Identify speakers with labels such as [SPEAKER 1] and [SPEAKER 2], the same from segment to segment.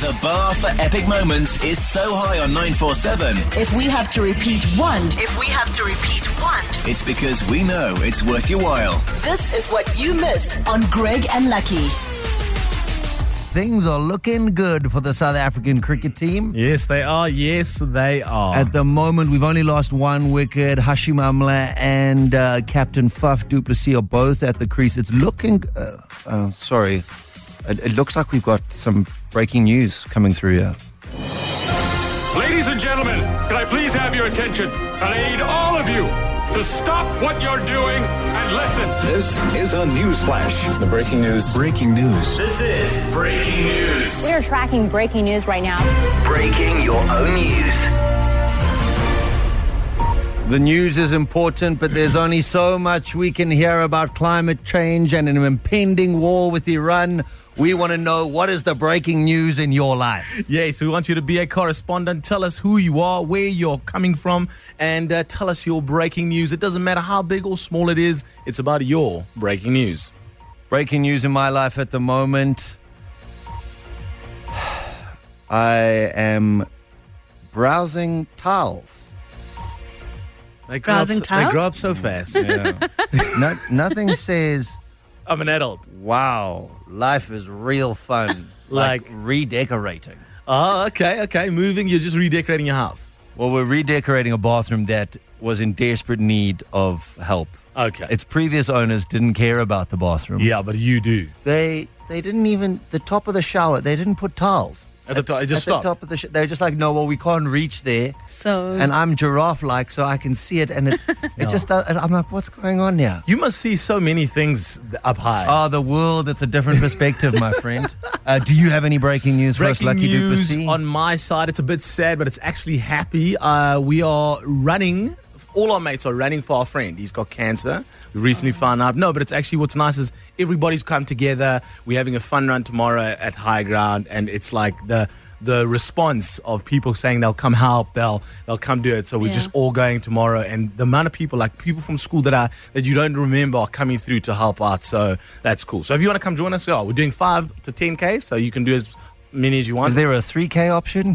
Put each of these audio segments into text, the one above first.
[SPEAKER 1] The bar for epic moments is so high on 947,
[SPEAKER 2] If we have to repeat one,
[SPEAKER 3] If we have to repeat one,
[SPEAKER 1] it's because we know it's worth your while.
[SPEAKER 2] this is what you missed on Greg and Lucky.
[SPEAKER 4] Things are looking good for the South African cricket team.
[SPEAKER 5] Yes, they are. Yes, they are.
[SPEAKER 4] At the moment, we've only lost one wicket. Hashim Amla and uh, Captain Faf du Plessis are both at the crease. It's looking. Uh, uh, sorry. It, it looks like we've got some breaking news coming through here.
[SPEAKER 6] Ladies and gentlemen, can I please have your attention? And I need all of you to stop what you're doing and listen.
[SPEAKER 7] This is a news flash. The breaking news. Breaking news.
[SPEAKER 8] This is breaking news.
[SPEAKER 9] We are tracking breaking news right now.
[SPEAKER 8] Breaking your own news.
[SPEAKER 4] The news is important, but there's only so much we can hear about climate change and an impending war with Iran. We want to know what is the breaking news in your life.
[SPEAKER 5] yes, we want you to be a correspondent. Tell us who you are, where you're coming from, and uh, tell us your breaking news. It doesn't matter how big or small it is, it's about your breaking news.
[SPEAKER 4] Breaking news in my life at the moment. I am browsing tiles.
[SPEAKER 5] They grow up
[SPEAKER 10] Browsing
[SPEAKER 5] so-
[SPEAKER 10] tiles?
[SPEAKER 5] They grow up so fast.
[SPEAKER 4] No, nothing says,
[SPEAKER 5] I'm an adult.
[SPEAKER 4] wow, life is real fun.
[SPEAKER 5] Like-
[SPEAKER 4] redecorating.
[SPEAKER 5] Oh, okay, okay. Moving, you're just redecorating your house.
[SPEAKER 4] Well, we're redecorating a bathroom that was in desperate need of help.
[SPEAKER 5] Okay.
[SPEAKER 4] Its previous owners didn't care about the bathroom.
[SPEAKER 5] yeah, but you do.
[SPEAKER 4] They they didn't even the top of the shower. They didn't put tiles
[SPEAKER 5] At the top, it just
[SPEAKER 4] at
[SPEAKER 5] stopped.
[SPEAKER 4] the top of the. Sh- they're just like, no, well, we can't reach there.
[SPEAKER 10] So
[SPEAKER 4] And I'm giraffe like, so I can see it, and it's it just. does- and I'm like, what's going on here?
[SPEAKER 5] You must see so many things up high.
[SPEAKER 4] Oh, the world. It's a different perspective, my friend. Uh, do you have any breaking news for us,
[SPEAKER 5] Breaking
[SPEAKER 4] Lucky
[SPEAKER 5] news
[SPEAKER 4] Duplessis?
[SPEAKER 5] on my side. It's a bit sad, but it's actually happy. Uh, we are running. All our mates are running for our friend. He's got cancer. We recently found out. No, but it's actually what's nice is everybody's come together. We're having a fun run tomorrow at High Ground, and it's like the the response of people saying they'll come help, they'll they'll come do it. So we're
[SPEAKER 10] Yeah.
[SPEAKER 5] just all going tomorrow, and the amount of people, like people from school that are that you don't remember, are coming through to help out. So that's cool. So if you want to come join us, yeah, we're doing five to ten k, so you can do as many as you want.
[SPEAKER 4] Is there a 3K option?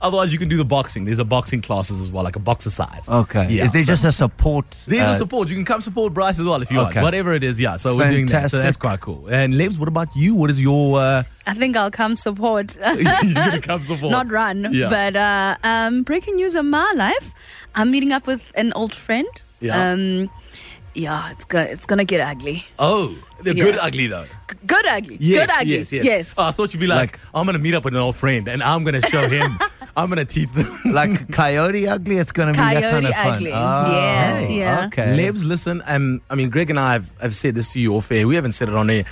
[SPEAKER 5] Otherwise, you can do the boxing. There's a boxing classes as well, like a boxer size.
[SPEAKER 4] Okay.
[SPEAKER 5] Yeah,
[SPEAKER 4] Is there
[SPEAKER 5] so-
[SPEAKER 4] just a support?
[SPEAKER 5] There's
[SPEAKER 4] uh,
[SPEAKER 5] a support. You can come support Bryce as well if you
[SPEAKER 4] Okay.
[SPEAKER 5] want. Whatever it is, yeah. So we're doing that. So that's
[SPEAKER 4] Fantastic.
[SPEAKER 5] quite cool. And Lebs, what about you? What is your uh,
[SPEAKER 10] I think I'll come support.
[SPEAKER 5] you're gonna come support?
[SPEAKER 10] Not run,
[SPEAKER 5] Yeah.
[SPEAKER 10] but uh, um, breaking news in my life. I'm meeting up with an old friend.
[SPEAKER 5] Yeah.
[SPEAKER 10] Um, yeah, it's go- it's gonna get ugly.
[SPEAKER 5] oh, the
[SPEAKER 10] Yeah.
[SPEAKER 5] good ugly though.
[SPEAKER 10] G- good ugly.
[SPEAKER 5] Yes,
[SPEAKER 10] good ugly.
[SPEAKER 5] yes, yes, Oh, I thought you'd be like, I'm gonna meet up with an old friend and I'm gonna show him. I'm gonna teach them.
[SPEAKER 4] like coyote ugly. It's going to be that kind
[SPEAKER 10] Coyote
[SPEAKER 4] of fun.
[SPEAKER 10] ugly.
[SPEAKER 4] Oh,
[SPEAKER 10] Yeah, yeah.
[SPEAKER 4] Okay.
[SPEAKER 5] Lebs, listen, um, I mean, Greg and I have, have said this to you off air. We haven't said it on air.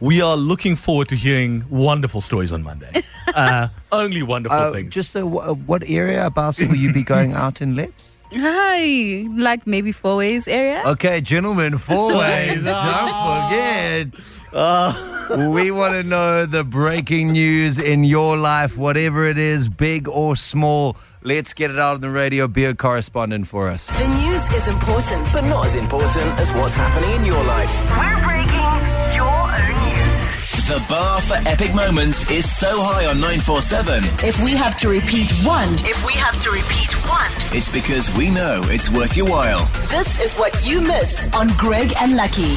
[SPEAKER 5] We are looking forward to hearing wonderful stories on Monday. uh, only wonderful
[SPEAKER 4] Uh,
[SPEAKER 5] things.
[SPEAKER 4] just uh, wh- uh, what area about will you be going out in Lips?
[SPEAKER 10] Hi, like maybe four ways area.
[SPEAKER 5] Oh.
[SPEAKER 4] Okay, gentlemen, four ways. Don't forget.
[SPEAKER 5] Oh.
[SPEAKER 4] we want to know the breaking news in your life, whatever it is, big or small. Let's get it out on the radio. Be a correspondent for us.
[SPEAKER 3] the news is important.
[SPEAKER 8] But not as important as what's happening in your life.
[SPEAKER 3] We're breaking your own news.
[SPEAKER 1] The bar for epic moments is so high on 947,
[SPEAKER 2] If we have to repeat one,
[SPEAKER 3] If we have to repeat one,
[SPEAKER 1] it's because we know it's worth your while.
[SPEAKER 2] this is what you missed on Greg and Lucky.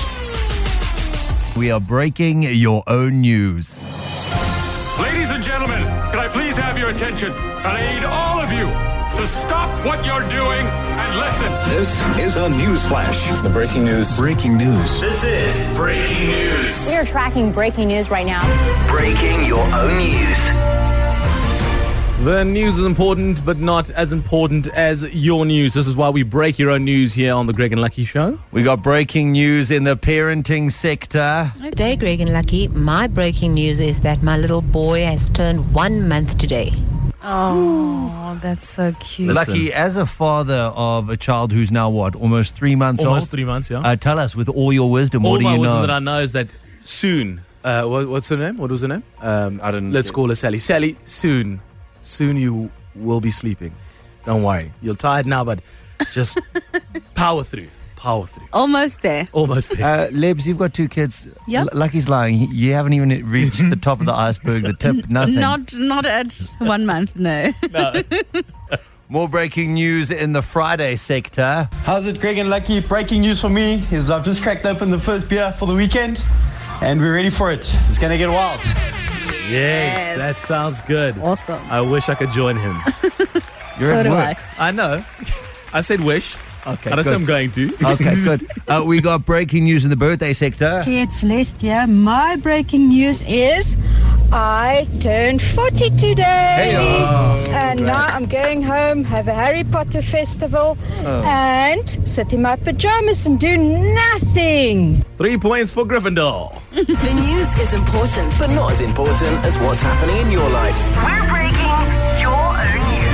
[SPEAKER 4] We are breaking your own news.
[SPEAKER 6] Ladies and gentlemen, can I please have your attention? And I need all of you to stop what you're doing and listen.
[SPEAKER 7] This is a news flash. The breaking news. Breaking news.
[SPEAKER 8] This is breaking news.
[SPEAKER 9] We are tracking breaking news right now.
[SPEAKER 8] Breaking your own news.
[SPEAKER 5] The news is important, but not as important as your news. This is why we break your own news here on the Greg and Lucky Show.
[SPEAKER 4] We got breaking news in the parenting sector.
[SPEAKER 11] Today, Greg and Lucky, my breaking news is that my little boy has turned one month today.
[SPEAKER 10] Oh, that's so cute.
[SPEAKER 5] Listen.
[SPEAKER 4] Lucky, as a father of a child who's now what, almost three months
[SPEAKER 5] Almost
[SPEAKER 4] old?
[SPEAKER 5] three months, yeah.
[SPEAKER 4] Uh, tell us with all your wisdom,
[SPEAKER 5] All
[SPEAKER 4] what do
[SPEAKER 5] my
[SPEAKER 4] you
[SPEAKER 5] wisdom
[SPEAKER 4] know?
[SPEAKER 5] that I know is that soon. Uh, what, what's her name? What was her name? Um,
[SPEAKER 4] I don't-
[SPEAKER 5] Let's call her Sally. Sally, soon, soon you will be sleeping. Don't worry, you're tired now, but just power through. power through.
[SPEAKER 10] Almost there.
[SPEAKER 5] Almost there.
[SPEAKER 4] Uh, Lebs, you've got two kids.
[SPEAKER 10] Yep.
[SPEAKER 4] L- Lucky's lying. He- You haven't even reached the top of the iceberg, the tip, nothing.
[SPEAKER 10] Not not at one month, no.
[SPEAKER 4] More breaking news in the Friday sector.
[SPEAKER 12] How's it, Greg and Lucky? Breaking news for me is I've just cracked open the first beer for the weekend, and we're ready for it. It's gonna get wild.
[SPEAKER 5] Yes, that sounds good.
[SPEAKER 10] Awesome.
[SPEAKER 5] I wish I could join him.
[SPEAKER 4] You're So at do work.
[SPEAKER 5] I. know. I said wish. Okay. I don't say
[SPEAKER 4] good.
[SPEAKER 5] I'm going to.
[SPEAKER 4] Okay, good. Uh, we got breaking news in the birthday sector.
[SPEAKER 13] Hey, it's Celestia. My breaking news is I turned 40 today. and now I'm going home, have a Harry Potter festival,
[SPEAKER 5] Oh.
[SPEAKER 13] and sit in my pajamas and do nothing.
[SPEAKER 5] Three points for Gryffindor.
[SPEAKER 3] the news is important, but
[SPEAKER 8] Not as important as what's happening in your life.
[SPEAKER 3] We're breaking your own news.